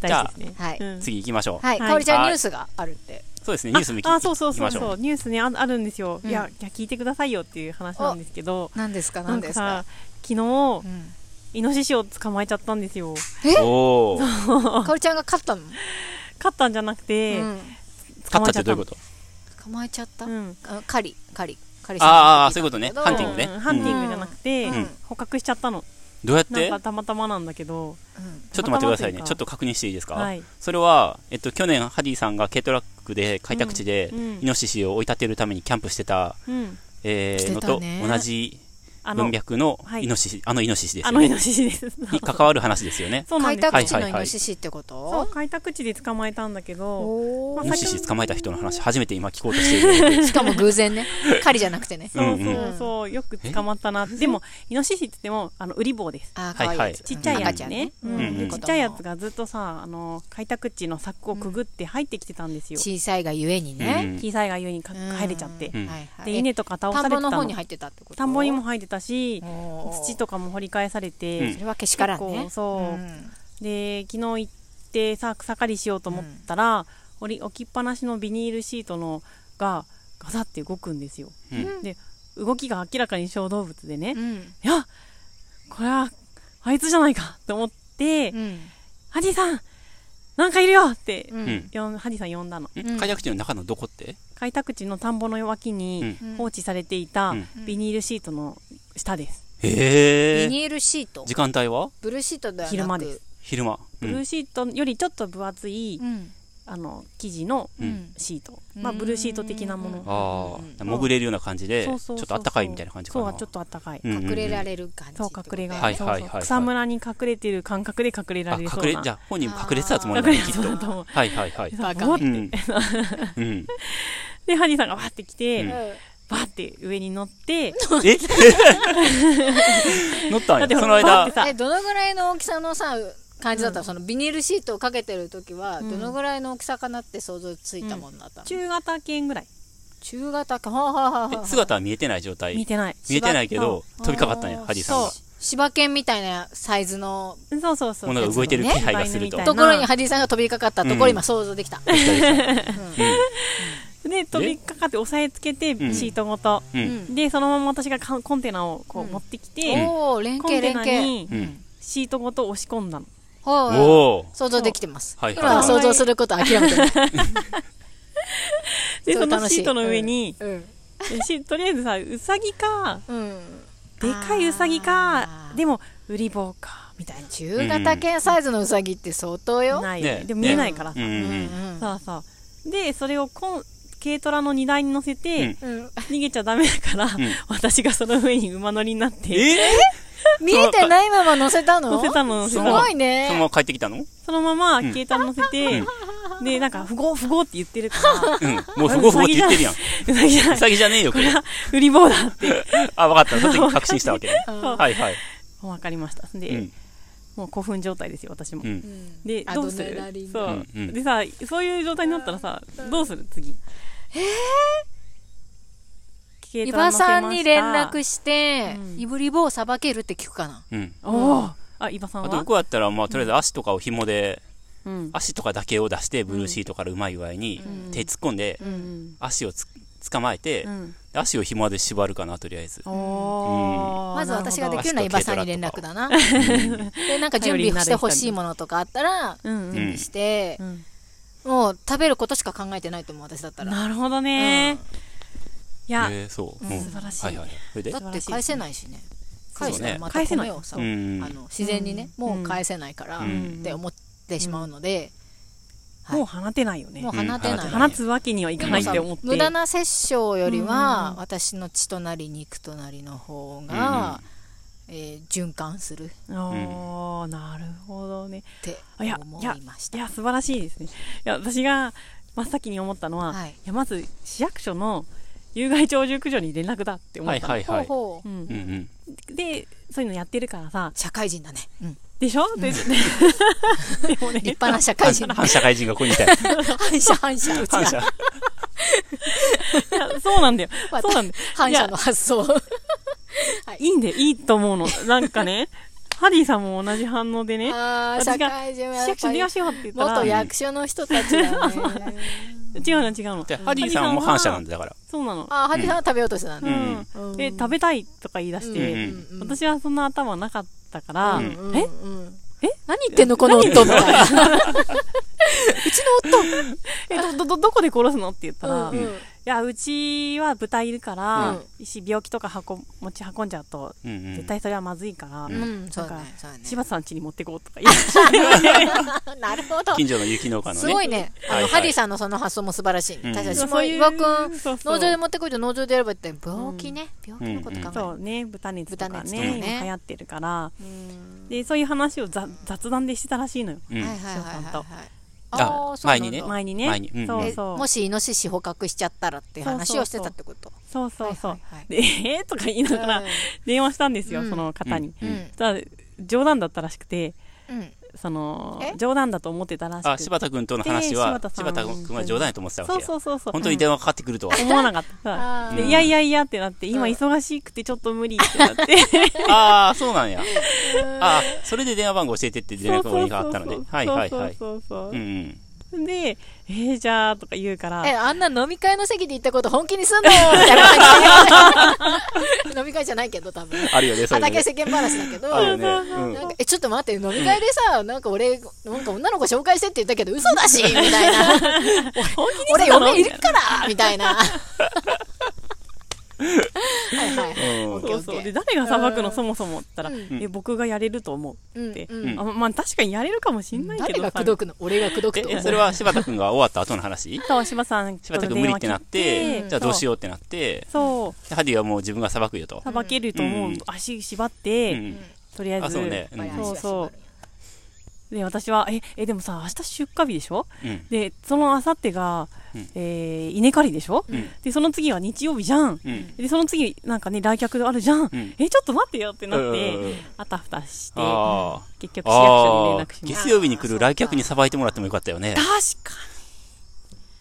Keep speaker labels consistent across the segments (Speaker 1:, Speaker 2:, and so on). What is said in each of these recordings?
Speaker 1: 大事ですね。
Speaker 2: はい。
Speaker 1: うん
Speaker 3: 次行きましょう。
Speaker 2: はい。
Speaker 1: はい
Speaker 2: かおりちゃんニュースがあるって。
Speaker 3: そうですね、ニュース見き
Speaker 1: ああそうそうそ
Speaker 3: 行
Speaker 1: う
Speaker 3: きまし
Speaker 1: そ
Speaker 3: ょ
Speaker 1: うニュースねああるんですよ、
Speaker 2: うん
Speaker 1: いやいや聞いてくださいよっていう話なんですけど
Speaker 2: 何ですか
Speaker 1: な
Speaker 2: 何
Speaker 1: ん
Speaker 2: で
Speaker 1: か
Speaker 2: す
Speaker 1: さ
Speaker 2: か
Speaker 1: 昨日、
Speaker 2: うん。
Speaker 1: イノシシを捕まえちゃったんですよ
Speaker 3: う。
Speaker 2: え
Speaker 3: おお。
Speaker 2: かおりちゃんが勝ったの
Speaker 1: 勝ったんじゃなくて、
Speaker 2: うん
Speaker 1: 捕
Speaker 3: 勝
Speaker 1: ま
Speaker 3: った
Speaker 1: え
Speaker 3: っ
Speaker 1: ちゃ
Speaker 3: て
Speaker 1: った
Speaker 3: どういう
Speaker 1: の
Speaker 3: こと
Speaker 2: 捕まえちゃった
Speaker 1: うん
Speaker 2: あ狩り狩り狩り
Speaker 3: あーあー、
Speaker 2: さ
Speaker 3: そ
Speaker 2: ん
Speaker 3: う
Speaker 2: の
Speaker 3: いうことね。
Speaker 2: 時だ
Speaker 3: ハンテ
Speaker 2: け
Speaker 3: ィ
Speaker 2: ど
Speaker 3: ングね。
Speaker 1: うんハンティングじゃなくて、
Speaker 2: うん
Speaker 1: うん捕獲しちゃったの
Speaker 3: どうやっ
Speaker 1: なん
Speaker 3: て
Speaker 1: かたまたまなんだけど
Speaker 2: うん
Speaker 3: ちょっと待ってくださ
Speaker 1: たまたま
Speaker 3: いね。
Speaker 1: というか
Speaker 3: ちょっと確認していいですか、
Speaker 1: はい
Speaker 3: それは、えっと、去年、ハディさんが軽トラックで開拓地で
Speaker 1: うんうん、
Speaker 3: イノシシを追い立てるためにキャンプしてた、
Speaker 1: うん
Speaker 3: え
Speaker 2: し
Speaker 3: ー
Speaker 2: て
Speaker 3: の
Speaker 2: た
Speaker 3: と
Speaker 2: ね
Speaker 3: 同じ
Speaker 1: あの
Speaker 3: 文脈の
Speaker 1: はい
Speaker 3: イノシシ、あのイノシシです
Speaker 1: あ
Speaker 3: よ
Speaker 1: のイノ
Speaker 3: ね。
Speaker 1: シシです
Speaker 3: に関わる話ですよ ね。
Speaker 1: そうなん
Speaker 2: 開
Speaker 1: です
Speaker 2: 拓地
Speaker 3: は
Speaker 2: の
Speaker 3: いはいはい
Speaker 2: イノシシってこ
Speaker 1: そう
Speaker 2: と
Speaker 1: 開拓地で捕まえたんだけど
Speaker 2: お
Speaker 1: ま
Speaker 2: ー
Speaker 1: あ
Speaker 3: イ
Speaker 1: 最
Speaker 3: ノ
Speaker 1: 近
Speaker 3: シシ捕まえた人の話、初めて今聞こうとしてい る。
Speaker 2: しかも偶然ね狩りじゃなくてね
Speaker 1: そう
Speaker 3: うん
Speaker 1: そうそう、よく捕まったなってでもイノシシって言ってもあのウリボウです
Speaker 2: あー可愛いやつ
Speaker 1: ちっちゃいやつね、
Speaker 2: う
Speaker 1: うんん
Speaker 2: 赤
Speaker 3: うん
Speaker 1: で
Speaker 2: ね
Speaker 1: ちっちゃいやつがずっとさあの開拓地の柵をくぐって入ってきてたんですよ、
Speaker 2: 小さいがゆえにね
Speaker 1: 小さいがゆえにか
Speaker 2: うん
Speaker 1: 入れちゃって、
Speaker 3: ん
Speaker 2: はいはい
Speaker 1: で稲とか倒さ
Speaker 2: 田
Speaker 1: れて
Speaker 2: んぼ
Speaker 1: たの
Speaker 2: の方に入ってたってこと
Speaker 1: 田んぼにも入ってたし土
Speaker 2: 土
Speaker 1: とかも掘り返されて、
Speaker 3: うん
Speaker 2: それはけしからん
Speaker 1: 結
Speaker 2: ね
Speaker 1: 構そう
Speaker 2: うん
Speaker 1: で昨日行ってさ草刈りしようと思ったら、おり置きっぱなしのビニールシートのがガサって動くんですよ
Speaker 3: うん
Speaker 2: うん
Speaker 1: で動きが明らかに小動物でね、い
Speaker 2: うん
Speaker 1: やこれはあいつじゃないかと思って、
Speaker 2: うん
Speaker 1: ハディさんなんかいるよって、
Speaker 2: う
Speaker 3: うん
Speaker 2: ん
Speaker 1: よんハディさん呼んだの
Speaker 2: うん
Speaker 3: ん開拓地の中のどこって
Speaker 1: 開拓地の田んぼの脇に
Speaker 2: うん
Speaker 1: 放置されていた
Speaker 3: うん
Speaker 1: ビニールシートの下です、
Speaker 3: へ
Speaker 2: ビ
Speaker 3: え。
Speaker 2: ニールシート
Speaker 3: 時間帯は
Speaker 2: ブルーシートではなく
Speaker 1: 昼間です
Speaker 3: 昼間。う
Speaker 1: ブルー
Speaker 3: ん。
Speaker 1: シートよりちょっと分厚い、
Speaker 2: うん
Speaker 1: あの生地の
Speaker 3: うん
Speaker 2: うん
Speaker 1: シート、まあ、ブルーシート的なもの
Speaker 3: あ
Speaker 2: うん
Speaker 3: あ、潜れるような感じで、ち
Speaker 1: そ
Speaker 3: ょ
Speaker 1: うそうそうそう
Speaker 3: っとあったかいみたいな感じかな。
Speaker 1: そうちょっとあったかい、
Speaker 3: うんうんうん
Speaker 2: 隠れられる感じ
Speaker 1: そう隠れが、
Speaker 3: はい
Speaker 1: そう
Speaker 3: はい
Speaker 1: そう
Speaker 3: はいはい
Speaker 1: 草むらに隠れてる感覚で隠れら
Speaker 3: あ、
Speaker 1: れ
Speaker 3: 隠
Speaker 1: るそう
Speaker 3: れ、
Speaker 1: な
Speaker 3: じゃあ本人も隠れてたつもり
Speaker 1: 隠
Speaker 3: だ
Speaker 1: れ
Speaker 3: ね、
Speaker 1: て
Speaker 3: きっ
Speaker 1: そう
Speaker 3: と。
Speaker 1: だと思う
Speaker 3: はいは いはい。
Speaker 2: バカ
Speaker 1: ぼーっ
Speaker 3: う
Speaker 1: て
Speaker 3: ん。 うん。
Speaker 1: でハディさんがバーって来て、
Speaker 3: う
Speaker 2: うん
Speaker 3: ん
Speaker 1: バーって上に乗って
Speaker 3: え 乗った
Speaker 1: だっ
Speaker 3: んや。
Speaker 1: てほ
Speaker 3: そ
Speaker 1: ら
Speaker 3: の
Speaker 1: バーっ
Speaker 3: 間
Speaker 1: て、さ
Speaker 2: えどのぐらいの大きさのさ感じだったの、そのビニールシートをかけてる時はどのぐらいの大きさかなって想像ついたもんだったの、
Speaker 1: 中型犬ぐらい
Speaker 2: 中型かはあはあはあは
Speaker 3: え
Speaker 2: あ
Speaker 3: 姿は見えてない状態。
Speaker 1: 見てない
Speaker 3: 見えてないけど
Speaker 1: そ、
Speaker 2: う
Speaker 3: 飛びかかったんや、ハリーさんが
Speaker 1: そ。
Speaker 2: 柴犬みたいなサイズの
Speaker 1: うそうそうそう
Speaker 3: ものが動いてる気配がする
Speaker 1: 柴犬み
Speaker 3: と
Speaker 2: とこ
Speaker 1: たい
Speaker 2: ろ
Speaker 1: な
Speaker 2: にハディさんが飛びかかったところ、
Speaker 3: うん
Speaker 2: 今想像できた、
Speaker 1: で飛びかかって押さえつけて、
Speaker 3: ん
Speaker 1: シートごと、
Speaker 3: うん。う
Speaker 2: うん
Speaker 3: ん。
Speaker 1: でそのまま私がかコンテナをこう
Speaker 2: うん
Speaker 1: 持ってき
Speaker 2: お
Speaker 1: て、
Speaker 2: おー連
Speaker 1: コン
Speaker 2: 携
Speaker 1: テ
Speaker 2: 連
Speaker 1: ナ
Speaker 2: 携
Speaker 1: に
Speaker 3: うん。
Speaker 1: シートごと押し込んだの、
Speaker 2: はい
Speaker 3: おお。
Speaker 2: 想像できてます、
Speaker 3: はいはい
Speaker 2: 今は想像すること諦めてない
Speaker 1: です
Speaker 2: ご
Speaker 1: そ
Speaker 2: い
Speaker 1: の
Speaker 2: 楽しい
Speaker 1: シートの上に、
Speaker 2: うん
Speaker 1: しとりあえずさウサギか
Speaker 2: うん
Speaker 1: でかいうさぎ
Speaker 2: あ
Speaker 1: か
Speaker 2: ー
Speaker 1: でもウリボウかみたいな
Speaker 2: 中型犬サイズのウサギって相当よ、
Speaker 1: ない、
Speaker 3: ね
Speaker 1: でも見えないからさ、
Speaker 3: うんう
Speaker 2: うん
Speaker 3: ん。
Speaker 1: さあさあでそれをこん軽トラの荷台に乗せて、
Speaker 3: うん
Speaker 2: うん うん
Speaker 1: 逃げちゃダメだから、私がその上に馬乗りになって
Speaker 3: え
Speaker 2: 見えてないまま乗せたの
Speaker 1: 乗せたの乗せ
Speaker 2: す
Speaker 1: た
Speaker 2: ご
Speaker 1: の
Speaker 2: い
Speaker 3: ー
Speaker 2: ね
Speaker 3: そのまま帰ってき たの
Speaker 1: そのまま
Speaker 3: ん
Speaker 1: 軽トラ乗せて、でなんか「不合不合」って言ってるか
Speaker 3: うん。もうふごふごって言って るやん。
Speaker 1: らウサギじゃな
Speaker 3: ウ
Speaker 1: い
Speaker 3: サギじゃねえよ、これ。
Speaker 1: ウリ ボウだって
Speaker 3: あ、わかった。その時に確信したわ けね。はいはい。
Speaker 1: 分かりましたで、
Speaker 3: うん。
Speaker 1: もう興奮状態ですよ私も、
Speaker 3: うん。
Speaker 2: うん
Speaker 1: で
Speaker 2: ア
Speaker 1: ど
Speaker 2: ド
Speaker 1: うす
Speaker 2: レ
Speaker 1: る
Speaker 2: ナリン
Speaker 1: そう、
Speaker 2: が
Speaker 3: うんうん
Speaker 1: でさそういう状態になったらさどうする次え
Speaker 2: 伊庭さんに連絡
Speaker 1: し
Speaker 2: して、
Speaker 1: うん
Speaker 2: イブリボをさばけるって聞くかな
Speaker 3: うん。
Speaker 1: おおあ伊庭さん
Speaker 3: あと
Speaker 1: は
Speaker 3: 僕だったら、まあ、とりあえず足とかを紐で、
Speaker 1: うん
Speaker 3: 足とかだけを出して、ブルーシートからうまい具合に
Speaker 1: うん
Speaker 3: 手突っ込んで、
Speaker 1: うん
Speaker 3: 足をつ捕まえて、
Speaker 1: うん
Speaker 3: で足を紐で縛るかな、とりあえず。
Speaker 1: おー
Speaker 2: まず私ができるのは伊庭さんに連絡だ
Speaker 3: う
Speaker 2: な
Speaker 3: ん
Speaker 2: でなんか準備してほしいものとかあったら
Speaker 1: うん
Speaker 2: 準備して
Speaker 1: う、ん
Speaker 2: もう食べることしか考えてないと思う私だったら
Speaker 1: なるほどねいや
Speaker 3: えーそう。うん
Speaker 1: 素晴らしい
Speaker 3: はいはい。それで
Speaker 2: だ
Speaker 1: 素晴
Speaker 2: っ
Speaker 1: らしいで
Speaker 2: て
Speaker 1: すね
Speaker 2: 返せないしね返した
Speaker 3: そう
Speaker 2: ら
Speaker 3: ね
Speaker 2: また
Speaker 1: 返せない
Speaker 2: 米をさ、
Speaker 3: うん
Speaker 2: あの自然にね、
Speaker 1: うん
Speaker 2: もう返せないから、
Speaker 3: うん
Speaker 2: って思ってしまうので、はい
Speaker 1: もう放てないよね
Speaker 2: もう放てない、
Speaker 3: うん
Speaker 1: 放つわけにはいかないって思って
Speaker 2: 無駄な殺生よりは、
Speaker 1: うん
Speaker 2: 私の血となり肉となりの方が、えー循環するっ
Speaker 1: おーなるほどね
Speaker 2: て
Speaker 1: あいや
Speaker 2: 思いまし
Speaker 1: い
Speaker 2: た
Speaker 1: や素晴らしいですねいや私が真っ先に思ったのは、、
Speaker 2: はいい
Speaker 1: やまず市役所の有害鳥獣駆除に連絡だって思
Speaker 3: は
Speaker 1: っ
Speaker 3: い
Speaker 1: たの、
Speaker 3: はいはい。
Speaker 2: ほうほう、
Speaker 1: うん
Speaker 3: うんうん。
Speaker 1: でそういうのやってるからさ
Speaker 2: 社会人だね、うん
Speaker 1: でしょ、で でもね
Speaker 2: 立派な社会
Speaker 3: 反
Speaker 2: 人
Speaker 3: 反社会人がここにいたよ。
Speaker 2: 反射反射うち
Speaker 3: 反社
Speaker 2: ら。
Speaker 1: いやそうなんだよ
Speaker 2: また
Speaker 1: そうなんだよ
Speaker 2: 反
Speaker 1: いや
Speaker 2: 射の発想
Speaker 1: いいんだよいいと思うのなんかねハリーさんも同じ反応でね、
Speaker 2: ああ、
Speaker 1: 私
Speaker 2: 社
Speaker 1: が
Speaker 2: 会人は
Speaker 1: 市
Speaker 2: やっ
Speaker 1: 役所
Speaker 2: ぱ
Speaker 1: 出
Speaker 2: り
Speaker 1: ましようって言ったら、
Speaker 2: 元
Speaker 1: 違
Speaker 3: や
Speaker 2: 役所の人たちだね。
Speaker 1: うの違うの。
Speaker 3: で、ハリーさんも反社なんで、だから。
Speaker 1: そうなの。
Speaker 2: ああ、ハリーさんは食べようとしてたん
Speaker 1: う
Speaker 2: だ。
Speaker 1: ん。
Speaker 2: うん
Speaker 1: で、食べたいとか言い出して、
Speaker 3: うん
Speaker 1: 私はそんな頭なかったから、
Speaker 2: うんうん
Speaker 1: え
Speaker 2: うん
Speaker 1: え
Speaker 2: 何言ってんのこの夫みたいな。うちの
Speaker 1: えど、ど、ど、どこで殺すのって言ったら、
Speaker 2: 夫。うん
Speaker 1: い
Speaker 2: うん
Speaker 1: や、うちは豚いるから、
Speaker 2: うん
Speaker 1: 石病気とか運持ち運んじゃうと、
Speaker 3: うんうん
Speaker 1: 絶対それはまずいから、
Speaker 3: ん
Speaker 2: うん、そうだね。そうだね
Speaker 1: 柴田さん家に持ってこうとか言って、
Speaker 2: なるほど。
Speaker 3: 近所の雪農家のね。
Speaker 2: すごいね。あ
Speaker 3: はい
Speaker 2: の、
Speaker 3: はい
Speaker 2: ハリーさんのその発想も素晴らしい。
Speaker 3: うん
Speaker 2: 確か に、
Speaker 1: そ
Speaker 2: 下
Speaker 1: ういう
Speaker 2: 岩くん、
Speaker 1: そうそう
Speaker 2: 農場で持ってこいと農場でやればって、病気ね。病気のこと
Speaker 1: そ
Speaker 2: 考
Speaker 1: うね、豚熱とか
Speaker 2: 豚熱
Speaker 1: ね、
Speaker 2: とかね
Speaker 1: 今流行ってるから、
Speaker 2: える。うん
Speaker 1: で、そういう話をざ雑談でしてたらしいのよ。
Speaker 3: うん
Speaker 2: はいはいはいはい
Speaker 1: そう
Speaker 2: はい
Speaker 1: ち。
Speaker 2: あ
Speaker 3: あ
Speaker 2: あ、そうな
Speaker 3: 前に
Speaker 2: んだ
Speaker 3: ね
Speaker 1: 前にね。
Speaker 3: 前にうんうん
Speaker 1: そう
Speaker 2: え
Speaker 1: そう。
Speaker 2: もしイノシシ捕獲しちゃったらっていう話をしてたってこと。
Speaker 1: そうそうそう。
Speaker 2: はいはいはい
Speaker 1: で、えー、とか言いながら
Speaker 2: うん
Speaker 1: 電話したんですよ、
Speaker 2: うん
Speaker 1: その方に。
Speaker 3: う
Speaker 2: うん
Speaker 1: そしたら冗談だったらしくて、
Speaker 2: うん。
Speaker 1: その
Speaker 2: え、
Speaker 1: 冗談だと思ってたらしくて。
Speaker 3: あ、柴田くんとの話は、
Speaker 1: で
Speaker 3: 柴田くんは冗談やと思ってたわけ
Speaker 1: そう
Speaker 3: や。
Speaker 1: そうそうそう。
Speaker 3: 本当に電話かかってくるとは。
Speaker 1: 思わなかった。
Speaker 2: あ
Speaker 1: そう
Speaker 2: ー
Speaker 1: で、いやいやいやってなって、今
Speaker 2: うん
Speaker 1: 忙しくてちょっと無理ってな って。
Speaker 3: ああ、そうなんや。ああ、それで電話番号教えてって連絡があったのね。はいはいはい。
Speaker 1: そうそう
Speaker 3: うんうん。
Speaker 1: そう。で、えー、じゃあ、とか言うから、
Speaker 2: え、あんな飲み会の席で行ったこと本気にすんのみたいな感じ飲み会じゃないけど、多分。
Speaker 3: あるよね、そういうの
Speaker 2: 畑
Speaker 3: ね。
Speaker 2: 世間話だけど。
Speaker 3: あるよ
Speaker 2: な
Speaker 3: ね。うん
Speaker 2: んかえちょっと待って飲み会でさ、なんか俺なんか女の子紹介してって言ったけど嘘だしみたいな
Speaker 1: 本気に
Speaker 2: 俺
Speaker 1: してたの
Speaker 2: 嫁い
Speaker 1: みたい
Speaker 2: る
Speaker 1: な
Speaker 2: からみたいなはいはいはい
Speaker 3: うん
Speaker 2: オッケー
Speaker 1: そうそ
Speaker 2: オッ
Speaker 1: う。
Speaker 2: ケ
Speaker 1: で、
Speaker 2: ー
Speaker 1: 誰が裁くのそもそもって言ったら、
Speaker 2: うん
Speaker 1: え、僕がやれると思うって。
Speaker 2: うんうん
Speaker 1: あまあ、確かにやれるかもしんないけ
Speaker 2: 誰
Speaker 1: ど
Speaker 2: が
Speaker 1: さ
Speaker 2: 口説くの俺が口説くと思
Speaker 3: え、
Speaker 2: う
Speaker 3: それは柴田くんが終わった後の話
Speaker 1: そう、柴田さんと
Speaker 3: 柴
Speaker 1: の
Speaker 3: 田くん
Speaker 1: 電
Speaker 3: 無理
Speaker 1: 話切
Speaker 3: ってな
Speaker 1: っ、
Speaker 3: ってて、じゃあどうし
Speaker 1: よ
Speaker 3: ようってなって
Speaker 1: う。、そ
Speaker 3: でハディはもう自分が裁くよと
Speaker 1: う、。さばけると思う、
Speaker 3: うん
Speaker 1: 足縛っ
Speaker 3: う
Speaker 1: て、
Speaker 3: ん。
Speaker 1: とりあえず。
Speaker 3: あ、そうね。う
Speaker 2: やっぱり
Speaker 3: ん
Speaker 2: 話が閉まるんや
Speaker 1: で、私は、え、え、でもさ、明日出荷日でしょ
Speaker 3: うん。
Speaker 1: で、そのあさってが、
Speaker 3: うん
Speaker 1: えー、稲刈りでしょ、
Speaker 3: うん
Speaker 1: で、その次は日曜日じゃん。
Speaker 3: うん。
Speaker 1: で、その次、なんかね、来客あるじゃん。
Speaker 3: ん
Speaker 1: え、ちょっと待ってよってなっ
Speaker 3: うんうんうん
Speaker 1: て、あたふたして、
Speaker 3: あ
Speaker 1: 結局
Speaker 3: あ。
Speaker 1: 市役所に連
Speaker 3: ああ
Speaker 1: 絡し。ました。
Speaker 3: 月曜日に来る来客にさばいてもらってもよかったよね。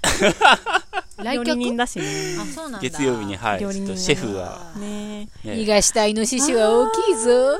Speaker 1: 確かに。
Speaker 2: 来
Speaker 1: 料理人
Speaker 2: 客
Speaker 1: だしね。
Speaker 2: あそうなんだ
Speaker 3: 月曜日に、はい。ち
Speaker 1: 料
Speaker 3: ょ
Speaker 1: 理
Speaker 3: っ
Speaker 1: 人
Speaker 3: と
Speaker 1: が
Speaker 3: シェフが。
Speaker 1: ね
Speaker 3: ね
Speaker 2: 逃がしたイノシシは大きいぞ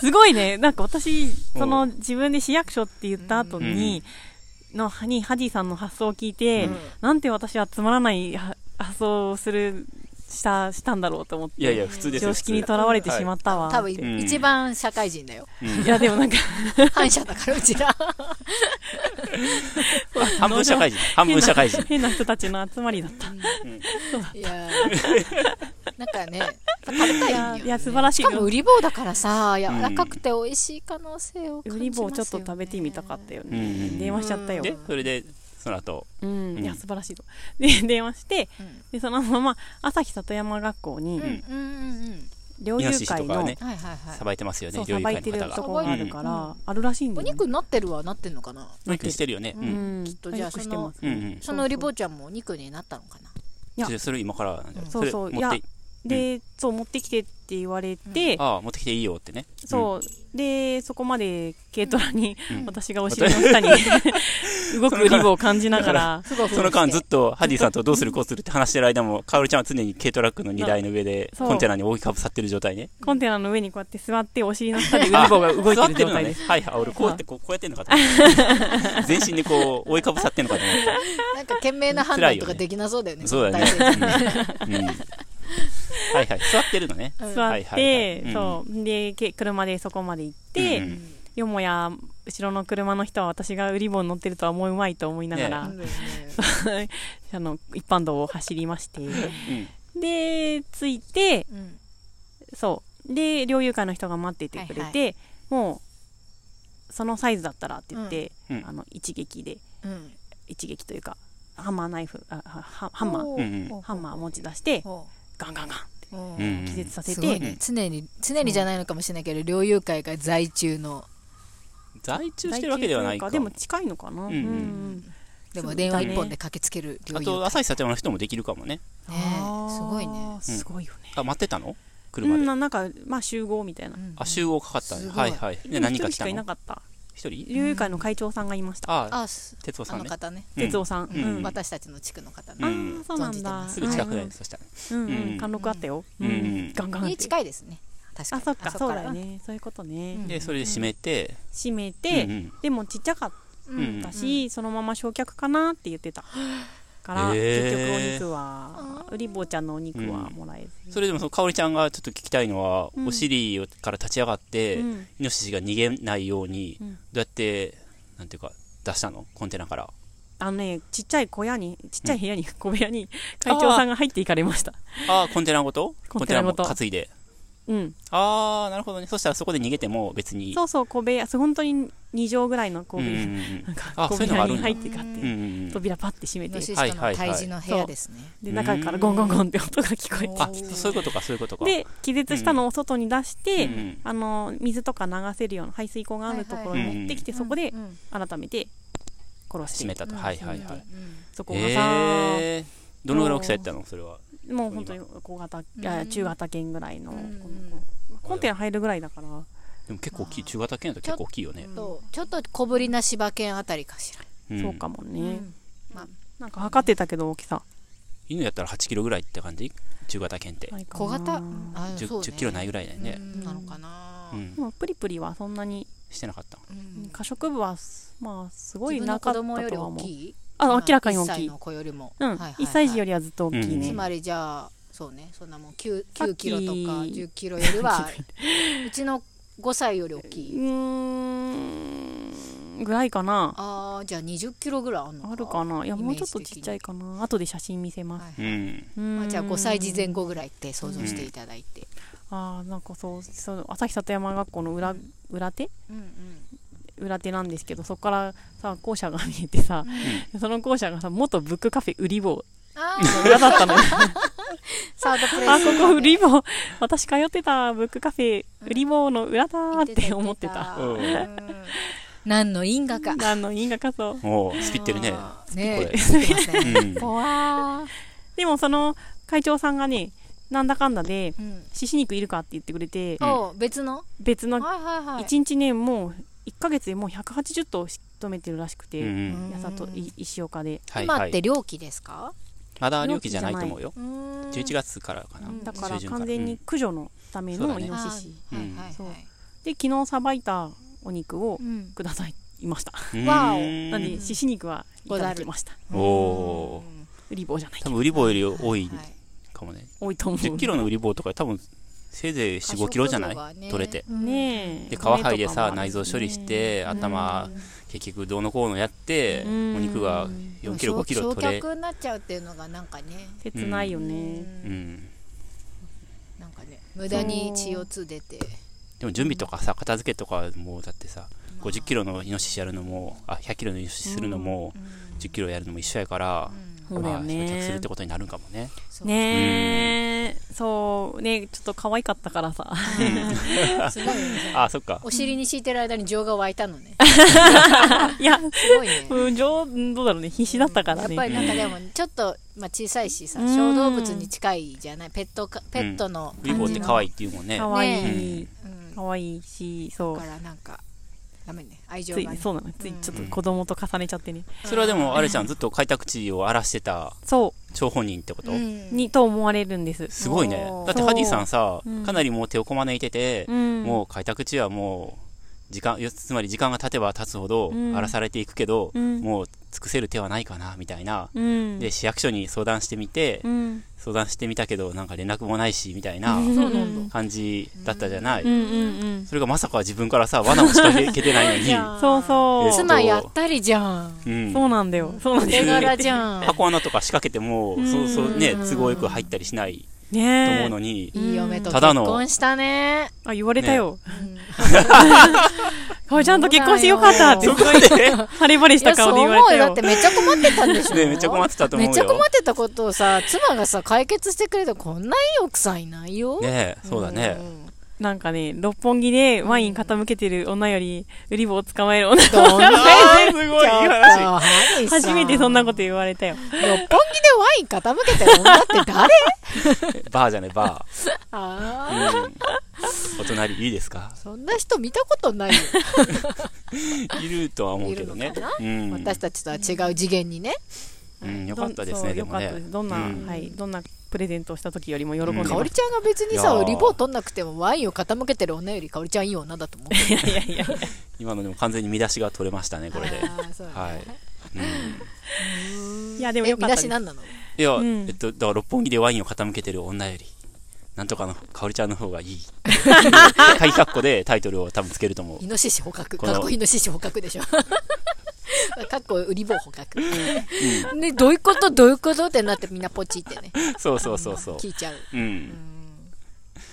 Speaker 1: すごいね。なんか私、その自分で市役所って言った後に、の、に、ハジーさんの発想を聞いて、
Speaker 2: うん
Speaker 1: なんて私はつまらないは発想をする、した、したんだろうと思って。
Speaker 3: いやいや、普通ですよ。
Speaker 1: 常
Speaker 3: 普
Speaker 1: 識
Speaker 3: 通
Speaker 1: にとらわれてしまったわ。
Speaker 2: 多分
Speaker 1: って
Speaker 3: ん
Speaker 2: 一番社会人だよ
Speaker 1: いや、でもなんか、
Speaker 2: 反社だからうちら
Speaker 3: 半分社会人。 半分社 会人。
Speaker 1: 変な人たちの集まりだった。
Speaker 2: いやーなんかね、やっぱ食べたいんよね、
Speaker 1: いや素晴らしい
Speaker 2: しかも、ウリ棒だからさ、柔らかくて美味しい可能性を
Speaker 1: ウ
Speaker 2: 感じ
Speaker 1: リ
Speaker 2: ますよ、
Speaker 1: ボ
Speaker 2: ね。
Speaker 1: ーちょっと食べてみたかったよ
Speaker 3: う
Speaker 1: ね。
Speaker 3: ん
Speaker 1: 電話しちゃったよ。
Speaker 3: で、それで、その後。
Speaker 1: うん。いや、
Speaker 3: うん
Speaker 1: 素晴らしいと。で、電話して、
Speaker 2: うん。
Speaker 1: で、そのまま、朝日里山学校に、
Speaker 2: うんうんうんうん。
Speaker 1: 猟
Speaker 3: イノ
Speaker 1: 友
Speaker 3: シシと
Speaker 1: 会
Speaker 3: か
Speaker 1: の、
Speaker 3: ね、
Speaker 2: はいはいはい
Speaker 3: さ。ばいてますよ
Speaker 1: そ
Speaker 3: ね
Speaker 1: う、、
Speaker 3: 料
Speaker 1: さ
Speaker 3: 理
Speaker 1: ばいて
Speaker 3: 会の
Speaker 1: ると
Speaker 3: 方が。
Speaker 1: こがあるから、
Speaker 2: うん
Speaker 1: あるらしいん
Speaker 2: お
Speaker 1: だよね。
Speaker 2: 肉になってるはなってんのかな
Speaker 3: お肉してるよね。う。
Speaker 2: うん
Speaker 1: うん、
Speaker 2: きっとじゃあ
Speaker 1: 回復してます。
Speaker 3: うんうん。
Speaker 2: そのウリ棒ちゃんもお肉になったのかな
Speaker 1: や
Speaker 3: それそれ今からなんだよ。
Speaker 1: そうそう
Speaker 3: れ持ってい、
Speaker 1: で、そう、持ってきてって言われて、
Speaker 3: ああ、持ってきていいよってね。
Speaker 1: そう、で、そこまで軽トラに、
Speaker 3: うん
Speaker 1: 私がお尻の下 に動くリボを感じながら、
Speaker 2: すごい
Speaker 3: その間ずっ
Speaker 2: と。
Speaker 3: とハディさんとどうするこうするって話してる間も、カオルちゃんは常に軽トラックの荷台の上で、
Speaker 1: そう
Speaker 3: コンテナに覆いかぶさってる状 態ね。
Speaker 1: コンテナの上にこうやって座って、お尻の下でウリボが動いてる状態です。
Speaker 3: 座ってるのね。はいはい、俺こうやってこうこうやってんのかと思った。 全身にこう、覆いかぶさってんのかと思っ
Speaker 2: なんか懸命な判断とかできなそうだよね。
Speaker 3: た。そうだ
Speaker 2: 大
Speaker 3: ねう
Speaker 2: 成人。
Speaker 3: んうんはいはい、座ってるのね。
Speaker 2: うん
Speaker 1: 座
Speaker 3: は
Speaker 1: っ
Speaker 3: いはいは
Speaker 1: て
Speaker 3: い、
Speaker 1: そう、で、け車でそこまで行って、
Speaker 3: うんうん
Speaker 1: よもや、後ろの車の人は私がウリボに乗ってるとは思うまいと思いながら、
Speaker 2: うんうん
Speaker 1: あの、一般道を走りまして、
Speaker 3: うん
Speaker 1: で、着いて、
Speaker 2: うん
Speaker 1: そう。で、猟友会の人が待っててくれて、もう、そのサイズだったらって言って、
Speaker 3: うんうん
Speaker 1: あの、一撃で、
Speaker 2: うん
Speaker 1: 一撃というか、ハンマーナイフ、あははハンマー、
Speaker 2: お
Speaker 3: うんう
Speaker 1: ハンマー持ち出して、
Speaker 2: お
Speaker 1: ガンガンガンって
Speaker 2: おお
Speaker 3: うんうん
Speaker 1: 気絶させ
Speaker 2: す
Speaker 1: て、
Speaker 2: ごいね常に常にじゃないのかもしれないけど猟友会が在中の
Speaker 3: 在中してるわけではない
Speaker 1: 大
Speaker 3: か。
Speaker 1: 中とうでも近いのかな。
Speaker 3: う
Speaker 1: うんん
Speaker 3: う
Speaker 1: うんん、
Speaker 2: で
Speaker 1: そ
Speaker 2: も
Speaker 1: う
Speaker 2: 電話
Speaker 1: だね
Speaker 2: 一本で駆けつける猟
Speaker 3: あ
Speaker 2: 友
Speaker 3: と、
Speaker 2: 会
Speaker 3: 朝日里山の人もできるかもね。
Speaker 2: ねえすごいね
Speaker 1: あーすごいよね。
Speaker 3: あ、待ってたの車
Speaker 1: う
Speaker 3: で
Speaker 1: ん、。ななんか、まあ、集合みたいな。
Speaker 3: あ、集合かかったね。
Speaker 2: すごい
Speaker 3: はいはい。
Speaker 1: で
Speaker 3: で、
Speaker 1: も一
Speaker 3: 何
Speaker 1: 人
Speaker 3: か
Speaker 1: し
Speaker 3: 来た
Speaker 1: かいな
Speaker 3: の
Speaker 1: かった。
Speaker 3: 一人
Speaker 1: 猟友会の会長さんがいました。
Speaker 3: ああ、
Speaker 2: あす
Speaker 3: 哲夫さ
Speaker 2: あ
Speaker 3: ん
Speaker 2: の
Speaker 3: ね。
Speaker 2: 方ね、
Speaker 3: うん
Speaker 1: 哲夫さん。
Speaker 3: うん
Speaker 1: うんあ
Speaker 2: 私たちの地区の方
Speaker 3: う
Speaker 2: ね、
Speaker 3: ん
Speaker 1: ーそうな
Speaker 2: 存じ
Speaker 1: ん
Speaker 2: てま
Speaker 1: だ。
Speaker 2: す
Speaker 3: すぐ近くだ
Speaker 1: う
Speaker 3: よ
Speaker 1: ん
Speaker 3: ね、そしたら。
Speaker 1: うんう
Speaker 3: うん
Speaker 1: ん、貫禄あったよ。うん
Speaker 3: うん
Speaker 1: ガンガンっ
Speaker 2: に
Speaker 1: て。
Speaker 2: 近いですね確か
Speaker 1: あ
Speaker 2: に
Speaker 1: そっか
Speaker 2: こ
Speaker 1: そう
Speaker 2: か
Speaker 1: だ
Speaker 2: ら
Speaker 1: よねそういうことね、
Speaker 2: うん
Speaker 3: で、それで閉めて、
Speaker 1: 閉めて、
Speaker 3: うんうん
Speaker 1: でもちっちゃかっ
Speaker 2: う
Speaker 3: うん
Speaker 1: たし、そのまま焼却かなって言ってたから、
Speaker 3: へー
Speaker 1: 結局お肉はうり坊ちゃんのお肉はもらえず、
Speaker 3: それでもその香織ちゃんがちょっと聞きたいのは、
Speaker 1: うん
Speaker 3: お尻から立ち上がって、
Speaker 1: うん
Speaker 3: イノシシが逃げないように、
Speaker 1: うん
Speaker 3: どうやってなんていうか出したのコンテナから
Speaker 1: あのねちっちゃい小屋にちっちゃい部屋に、小部屋に会長さんが入っていかれました
Speaker 3: ああコンテナごと
Speaker 1: コンテナごと
Speaker 3: コンも担いで
Speaker 1: うん
Speaker 3: ああなるほどねそしたらそこで逃げても別に
Speaker 1: そうそう小部屋そう本当に2畳ぐらいの小
Speaker 3: うん
Speaker 1: 部
Speaker 3: う
Speaker 1: 屋、
Speaker 3: んう
Speaker 1: なんんか
Speaker 3: あ
Speaker 1: 小
Speaker 3: そうい
Speaker 1: 部
Speaker 3: うの
Speaker 1: 屋
Speaker 3: がある
Speaker 1: に
Speaker 3: んだ
Speaker 1: 入っていかって、
Speaker 3: うんうんうん
Speaker 1: 扉パッて閉め
Speaker 2: イノ
Speaker 1: て
Speaker 2: シシとの対峙の部屋ですね、
Speaker 1: で中からゴンゴンゴンって音が聞こえて
Speaker 3: あそういうことかそういうことか
Speaker 1: で気絶したのを外に出して、
Speaker 3: うん
Speaker 1: あの水とか流せるような排水溝があるところ
Speaker 3: はいはい
Speaker 1: に持ってきて、そこで
Speaker 2: うんうん
Speaker 1: 改めて殺して
Speaker 3: 閉めたと、はいはいはい、
Speaker 2: うん
Speaker 1: そこがさ、
Speaker 3: えー、どのぐらい大きさやったのそれは
Speaker 1: もう本当に小型、
Speaker 2: ん
Speaker 1: あ中型犬ぐらいの
Speaker 2: う
Speaker 1: この
Speaker 2: ん
Speaker 1: 子、まあコンテナ入るぐらいだから
Speaker 3: でも結構大きい中型犬だと結構大きいよね、
Speaker 2: そうちょっと小ぶりな柴犬あたりかしら、
Speaker 3: ん
Speaker 1: そうかもね、
Speaker 2: うん
Speaker 1: なんか測ってたけど大きさ
Speaker 3: 犬やったら8キロぐらいって感じ中型犬って
Speaker 1: ないかな
Speaker 2: 小型
Speaker 1: で
Speaker 2: あ
Speaker 3: 10,
Speaker 2: そうね
Speaker 3: 10キロないぐらいだよね
Speaker 2: う、んなのかな、
Speaker 3: うん
Speaker 1: もプリプリはそんなに
Speaker 3: してなかった
Speaker 2: うん
Speaker 1: 可食部はすまあすごい
Speaker 2: 自分の
Speaker 1: な
Speaker 2: 子
Speaker 1: かった
Speaker 2: 供より
Speaker 1: とは
Speaker 2: 大
Speaker 1: 思う
Speaker 2: きい
Speaker 1: あ
Speaker 2: ま
Speaker 1: 明らかに大
Speaker 2: 1
Speaker 1: き
Speaker 2: 歳
Speaker 1: い
Speaker 2: の子よりも、
Speaker 1: うん、1歳児よ
Speaker 2: り
Speaker 1: りはずっと大きいね、
Speaker 3: う
Speaker 2: つ
Speaker 3: ん
Speaker 2: まりじゃあそうねそんなもん 9,
Speaker 1: さっ
Speaker 2: 9
Speaker 1: き
Speaker 2: キロとか10キロ よりはうちの5歳より大き
Speaker 1: う
Speaker 2: い
Speaker 1: ーんぐらいかな
Speaker 2: あーじゃあ20キロぐらいあるのか
Speaker 1: あるかないや
Speaker 2: イメージ
Speaker 1: もうちょっとちっちゃいかな後で写真見せます、
Speaker 2: はいうはい
Speaker 3: ん
Speaker 1: うん
Speaker 2: まあ、じゃあ5歳児前後ぐらいって想像していただいて、
Speaker 1: あーなんかそうそう朝日里山学校の裏裏手
Speaker 2: うんうん
Speaker 1: 裏手なんですけどそこからさ校舎が見えてさ、その校舎がさ元ブックカフェウリボ
Speaker 2: あ
Speaker 1: ー
Speaker 2: ー
Speaker 1: 裏だ ったのよ
Speaker 2: サードプレイ
Speaker 1: あここウリボー私通ってたブックカフェウリボーの裏だーって思ってた
Speaker 3: うん
Speaker 2: 何の因果か
Speaker 1: 何の因果かそう
Speaker 3: おおスピってるね
Speaker 2: ね
Speaker 3: これ
Speaker 2: 知ってます
Speaker 3: う
Speaker 2: ね
Speaker 3: ん
Speaker 2: 怖
Speaker 1: でもその会長さんがねなんだかんだで
Speaker 2: ーうん
Speaker 1: 獅子肉いるかって言ってくれて
Speaker 2: おう別の
Speaker 1: 別の
Speaker 2: はいはいはい
Speaker 1: 1日ねもう1ヶ月でもう180頭し止めてるらしく
Speaker 3: うんう
Speaker 1: て、
Speaker 3: ん
Speaker 1: やさとい石岡で、
Speaker 3: はい
Speaker 2: 今
Speaker 3: は
Speaker 2: って
Speaker 3: い
Speaker 2: 猟期ですか
Speaker 3: まだ猟期じゃないと思うよ
Speaker 2: 11
Speaker 3: 11月からかな、
Speaker 2: うん
Speaker 1: だから
Speaker 3: 中旬
Speaker 1: 完全に駆除のため
Speaker 3: そうだ
Speaker 1: の
Speaker 3: ね
Speaker 1: イノシシ、
Speaker 2: は
Speaker 3: はいい
Speaker 2: は
Speaker 3: はいい
Speaker 2: は
Speaker 3: はい
Speaker 1: いそうで昨日さばいたお肉をくださいました、
Speaker 3: うん
Speaker 2: わお
Speaker 3: うん
Speaker 1: なんで獅子肉はいただきました
Speaker 3: おおー
Speaker 1: ウリ坊じゃない
Speaker 3: 多分ウリ棒より多いかもね
Speaker 1: 多いと思う
Speaker 3: 10キロのウリ棒とか多分せいぜい4 5キロじゃない取れて
Speaker 1: ねえ
Speaker 3: で皮剥いでさ
Speaker 1: 骨とか
Speaker 3: 内
Speaker 1: もある
Speaker 3: 臓処理して頭結局どうのこうのやって
Speaker 1: うん
Speaker 3: お肉が4キロ5キロ取れ
Speaker 2: 焼却になっちゃうっていうのがなんかね
Speaker 1: 切ないよね、
Speaker 3: うん
Speaker 2: なんかね無駄に CO2 出て
Speaker 3: でも準備とかさ片付けとかもうだってさ5 0キロのイノシシやるのもあ1 0 0キロのイノシシするのも1 0キロやるのも一緒やから、
Speaker 1: そうだ
Speaker 3: ま
Speaker 1: よ
Speaker 3: あ焼却する
Speaker 1: ね
Speaker 3: ってことになるんかもね、
Speaker 1: ねえそうねちょっと可愛かったからさ
Speaker 2: すごいね
Speaker 3: あそっか
Speaker 2: お尻に敷いてる間に情が湧いたのね
Speaker 1: いや
Speaker 2: すごいね
Speaker 1: うん上どうだろうね必死だったからね
Speaker 2: やっぱりなんかでもちょっと、まあ、小さいしさ小動物に近いじゃないペットかペットの
Speaker 3: ウリボーって可愛いっていうもんね
Speaker 1: 可愛い
Speaker 2: うん
Speaker 1: 可愛いしそう
Speaker 2: だからなんかダメね愛情
Speaker 1: つ
Speaker 2: が
Speaker 1: い
Speaker 2: ね
Speaker 1: そうなのつい
Speaker 2: うん
Speaker 1: ちょっと子供と重ねちゃってね
Speaker 3: それはでもあれちゃんずっと開拓地を荒らしてた
Speaker 1: そ
Speaker 3: 張本人ってこと、
Speaker 1: うにと思われるんです
Speaker 3: すごいね
Speaker 2: おー
Speaker 3: だってハディさんさ
Speaker 1: うん
Speaker 3: かなりもう手をこまねいてて、
Speaker 1: うん
Speaker 3: もう開拓地はもう時間よつまり時間が経てば経つほど
Speaker 1: うん
Speaker 3: 荒らされていくけど、
Speaker 1: うん
Speaker 3: もう尽くせる手はないかなみたいな、
Speaker 1: うん
Speaker 3: で市役所に相談してみて、
Speaker 1: うん
Speaker 3: 相談してみたけどなんか連絡もないしみたいな
Speaker 1: そう
Speaker 2: なん
Speaker 3: 感じだったじゃない、
Speaker 1: うんうんうん
Speaker 3: それがまさか自分からさ罠を仕掛けてないの
Speaker 2: い
Speaker 3: に、
Speaker 2: や
Speaker 1: そうそう
Speaker 3: えっと
Speaker 2: 妻やったりじ ゃん
Speaker 3: うん
Speaker 1: そうなんだよそうなんだ
Speaker 2: 手
Speaker 1: よ
Speaker 2: 柄じゃん
Speaker 3: 箱穴とか仕掛けても
Speaker 1: うん
Speaker 3: そうそうね都合よく入ったりしないと思
Speaker 1: ね
Speaker 3: う
Speaker 1: え
Speaker 3: のに、
Speaker 2: いい嫁と
Speaker 3: た
Speaker 2: 結
Speaker 3: だの
Speaker 2: 婚したね
Speaker 1: あ言われたよ
Speaker 2: うん
Speaker 1: かおりちゃんと結婚してよかったってす
Speaker 2: そ
Speaker 1: ごい晴れ晴れし
Speaker 2: い
Speaker 1: た
Speaker 2: やそう
Speaker 1: 顔で
Speaker 2: 思
Speaker 1: 言
Speaker 2: う
Speaker 1: われた
Speaker 2: よだ
Speaker 1: よ
Speaker 2: ってめっちゃ困ってたんでしょ
Speaker 3: ねめっちゃ困ってたと思う
Speaker 2: め
Speaker 3: よ
Speaker 2: っちゃ困ってたことをさ妻がさ解決してくれたこんないい奥さんいないよ
Speaker 3: ねえそうだね、
Speaker 2: ん
Speaker 1: なんかね六本木でワイン傾けてる女よりウリボを捕まえる女
Speaker 2: どんな
Speaker 3: あーすごいいい話
Speaker 1: 初めてそんな
Speaker 2: こ
Speaker 1: こと言われたよ
Speaker 2: と六本木でワイン傾けてる女って誰
Speaker 3: バーじゃないバー
Speaker 2: ああ
Speaker 3: うんお隣いいですか
Speaker 2: そんな人見たことないよ
Speaker 3: いるとは思うけどね
Speaker 2: いるのか。
Speaker 3: うん
Speaker 2: 私たちとは違う次元にね
Speaker 3: うん、よかったです
Speaker 1: ど
Speaker 3: ね、
Speaker 1: ん
Speaker 3: でも
Speaker 1: そうよかった
Speaker 3: ね
Speaker 1: です。どんな、
Speaker 3: うん
Speaker 1: はい、どんなプレゼントした時よりも喜んでます、
Speaker 2: かおりちゃんが別に
Speaker 3: いや
Speaker 2: さ
Speaker 3: ー
Speaker 2: リボン取んなくてもワインを傾けてる女よりかおりちゃんいい女だと思うけど
Speaker 1: いやいやいや
Speaker 3: 今のでも完全に見出しが取れましたねこれで
Speaker 2: あーそうね
Speaker 3: はい、うん
Speaker 1: いやでも
Speaker 2: え
Speaker 1: よ
Speaker 2: 見
Speaker 1: かったで
Speaker 2: 出し
Speaker 1: す
Speaker 2: 何なの
Speaker 3: いや、
Speaker 1: うん
Speaker 3: えっと、だから六本木でワインを傾けてる女より、なんとかの香りちゃんの方がい い。鍵括弧でタイトルを多分つけると思う
Speaker 2: イ。ノシシ捕獲
Speaker 3: この
Speaker 2: かっこイノシシ捕獲でしょ かっこウリボン捕獲、ねどういうことどういうことってなってみんなポチってね
Speaker 3: そうそうそうそう。
Speaker 2: 聞いちゃう
Speaker 3: うん。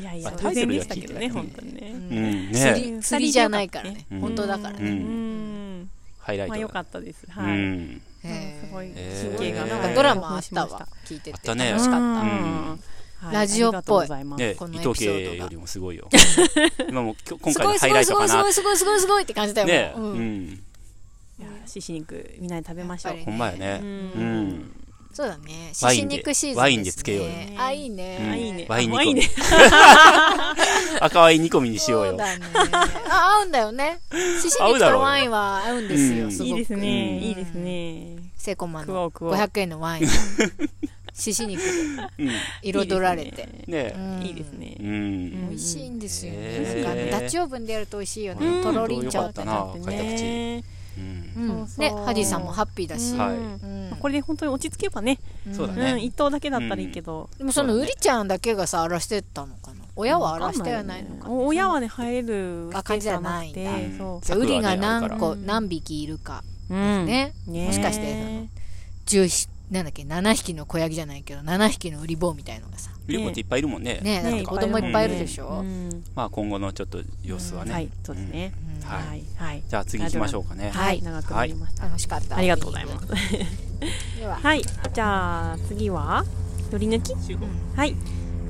Speaker 1: いやいや
Speaker 3: まあ
Speaker 1: 偶然でしたけどね
Speaker 3: タイトルは
Speaker 1: 本当にね
Speaker 3: うん、
Speaker 2: 釣
Speaker 3: ね
Speaker 2: り釣りじゃないからね、
Speaker 3: うん
Speaker 2: 本当だから
Speaker 1: う
Speaker 2: ね、
Speaker 1: ん
Speaker 3: ハイライ
Speaker 1: まあ
Speaker 3: ト
Speaker 1: 良
Speaker 3: だ。
Speaker 1: かったです
Speaker 3: う
Speaker 1: はい、
Speaker 3: ん。
Speaker 2: へー
Speaker 1: すごい
Speaker 3: えー
Speaker 1: 神経が
Speaker 2: なん
Speaker 1: は
Speaker 2: か
Speaker 1: い
Speaker 2: ドラマあっ
Speaker 1: 興
Speaker 2: た
Speaker 1: 奮しま
Speaker 2: わ
Speaker 1: し
Speaker 2: 聞いて
Speaker 3: あってたね
Speaker 2: 楽しかっ
Speaker 3: ん
Speaker 1: はい
Speaker 2: ラジオっぽ
Speaker 1: あ
Speaker 2: い
Speaker 1: りがとうございます、
Speaker 3: ね
Speaker 2: この
Speaker 3: 伊
Speaker 2: エピソード
Speaker 3: 藤
Speaker 2: が
Speaker 3: 家よりもすご いよ。今もうきょ
Speaker 2: た
Speaker 3: 今
Speaker 2: す
Speaker 3: 回
Speaker 2: ご
Speaker 3: のハ
Speaker 2: いす
Speaker 3: イ
Speaker 2: ご
Speaker 3: ライトか
Speaker 2: いすごいす
Speaker 3: な
Speaker 2: ごい。すごいすごいすごいって感じだよ
Speaker 3: ね、う
Speaker 2: もう、うん
Speaker 3: ん。
Speaker 1: いや獅子肉みんなで食べましょう、
Speaker 2: やっぱ
Speaker 3: ほんまや
Speaker 1: う
Speaker 3: ね。うんん。
Speaker 2: そうだね
Speaker 3: ワ
Speaker 2: 獅
Speaker 3: イ
Speaker 2: 子
Speaker 3: ンで
Speaker 2: 肉シーズン、ね、
Speaker 3: ワインでつけようよ
Speaker 2: あいいね、
Speaker 3: うん
Speaker 1: あいいね
Speaker 3: ワイン
Speaker 1: あワイン
Speaker 3: 煮
Speaker 1: ね
Speaker 3: 込赤ワイン煮込みにしよう
Speaker 2: そう
Speaker 3: よ。
Speaker 2: だねあ合うんだ よね獅子
Speaker 3: 合う
Speaker 2: 肉
Speaker 3: だろ
Speaker 2: と
Speaker 3: う
Speaker 2: ワインは合うんですよ、
Speaker 3: うん
Speaker 2: すご
Speaker 1: いい
Speaker 2: く
Speaker 1: ですね、
Speaker 3: うん
Speaker 1: いいですね
Speaker 2: セイコーマン
Speaker 1: 食おう
Speaker 2: の
Speaker 1: 食おう
Speaker 2: 500円のワイ ン獅子肉
Speaker 3: うん。
Speaker 2: 彩られて
Speaker 3: ね
Speaker 2: うん
Speaker 1: いいですね、
Speaker 3: うん。
Speaker 2: 美味しいんですよね、
Speaker 3: へー
Speaker 2: なんかあのダチオーブンでやると美味しいよ
Speaker 1: う
Speaker 2: ね
Speaker 1: ん
Speaker 2: とろりんちゃん
Speaker 3: よかった
Speaker 1: だ
Speaker 3: な
Speaker 1: って
Speaker 3: 買いたくて
Speaker 1: ね
Speaker 3: うん。
Speaker 2: うん
Speaker 1: そう
Speaker 2: ね
Speaker 1: そう
Speaker 2: ハディさんもハッピーだし、
Speaker 1: うん
Speaker 3: はい
Speaker 2: うん
Speaker 1: まあこれで本当に落ち着けばね、
Speaker 3: そうだ
Speaker 1: う
Speaker 3: ね
Speaker 1: ん、一頭だけだったらいいけど、
Speaker 2: でもそのウリちゃんだけがさ荒らしてったのかな親は荒らしてはないのかな
Speaker 1: お親はね入れる
Speaker 2: あ感じじゃない
Speaker 1: ス
Speaker 2: んだ
Speaker 1: ペースはなくてそ
Speaker 2: そうウリが何個
Speaker 1: うん
Speaker 2: 何匹いるか
Speaker 1: う、うん
Speaker 2: ね
Speaker 1: ね
Speaker 2: もしかしてあの10匹なんだっけ7匹の子ヤギじゃないけど7匹のウリ棒みたいのがさ
Speaker 3: いることいっぱいいるもんね。
Speaker 2: ねえだって子供いっぱいいるでし
Speaker 1: う
Speaker 2: ょ
Speaker 1: ん
Speaker 3: まあ今後のちょっと様子はね。
Speaker 1: はいそうですね、
Speaker 2: うん
Speaker 3: はい
Speaker 1: はいはい
Speaker 3: じゃあ次行きましょうかね。
Speaker 1: はい長くなりました、
Speaker 2: 楽しかった
Speaker 1: ありがとうございます
Speaker 2: では
Speaker 1: はい、じゃあ次は取り抜き、はい、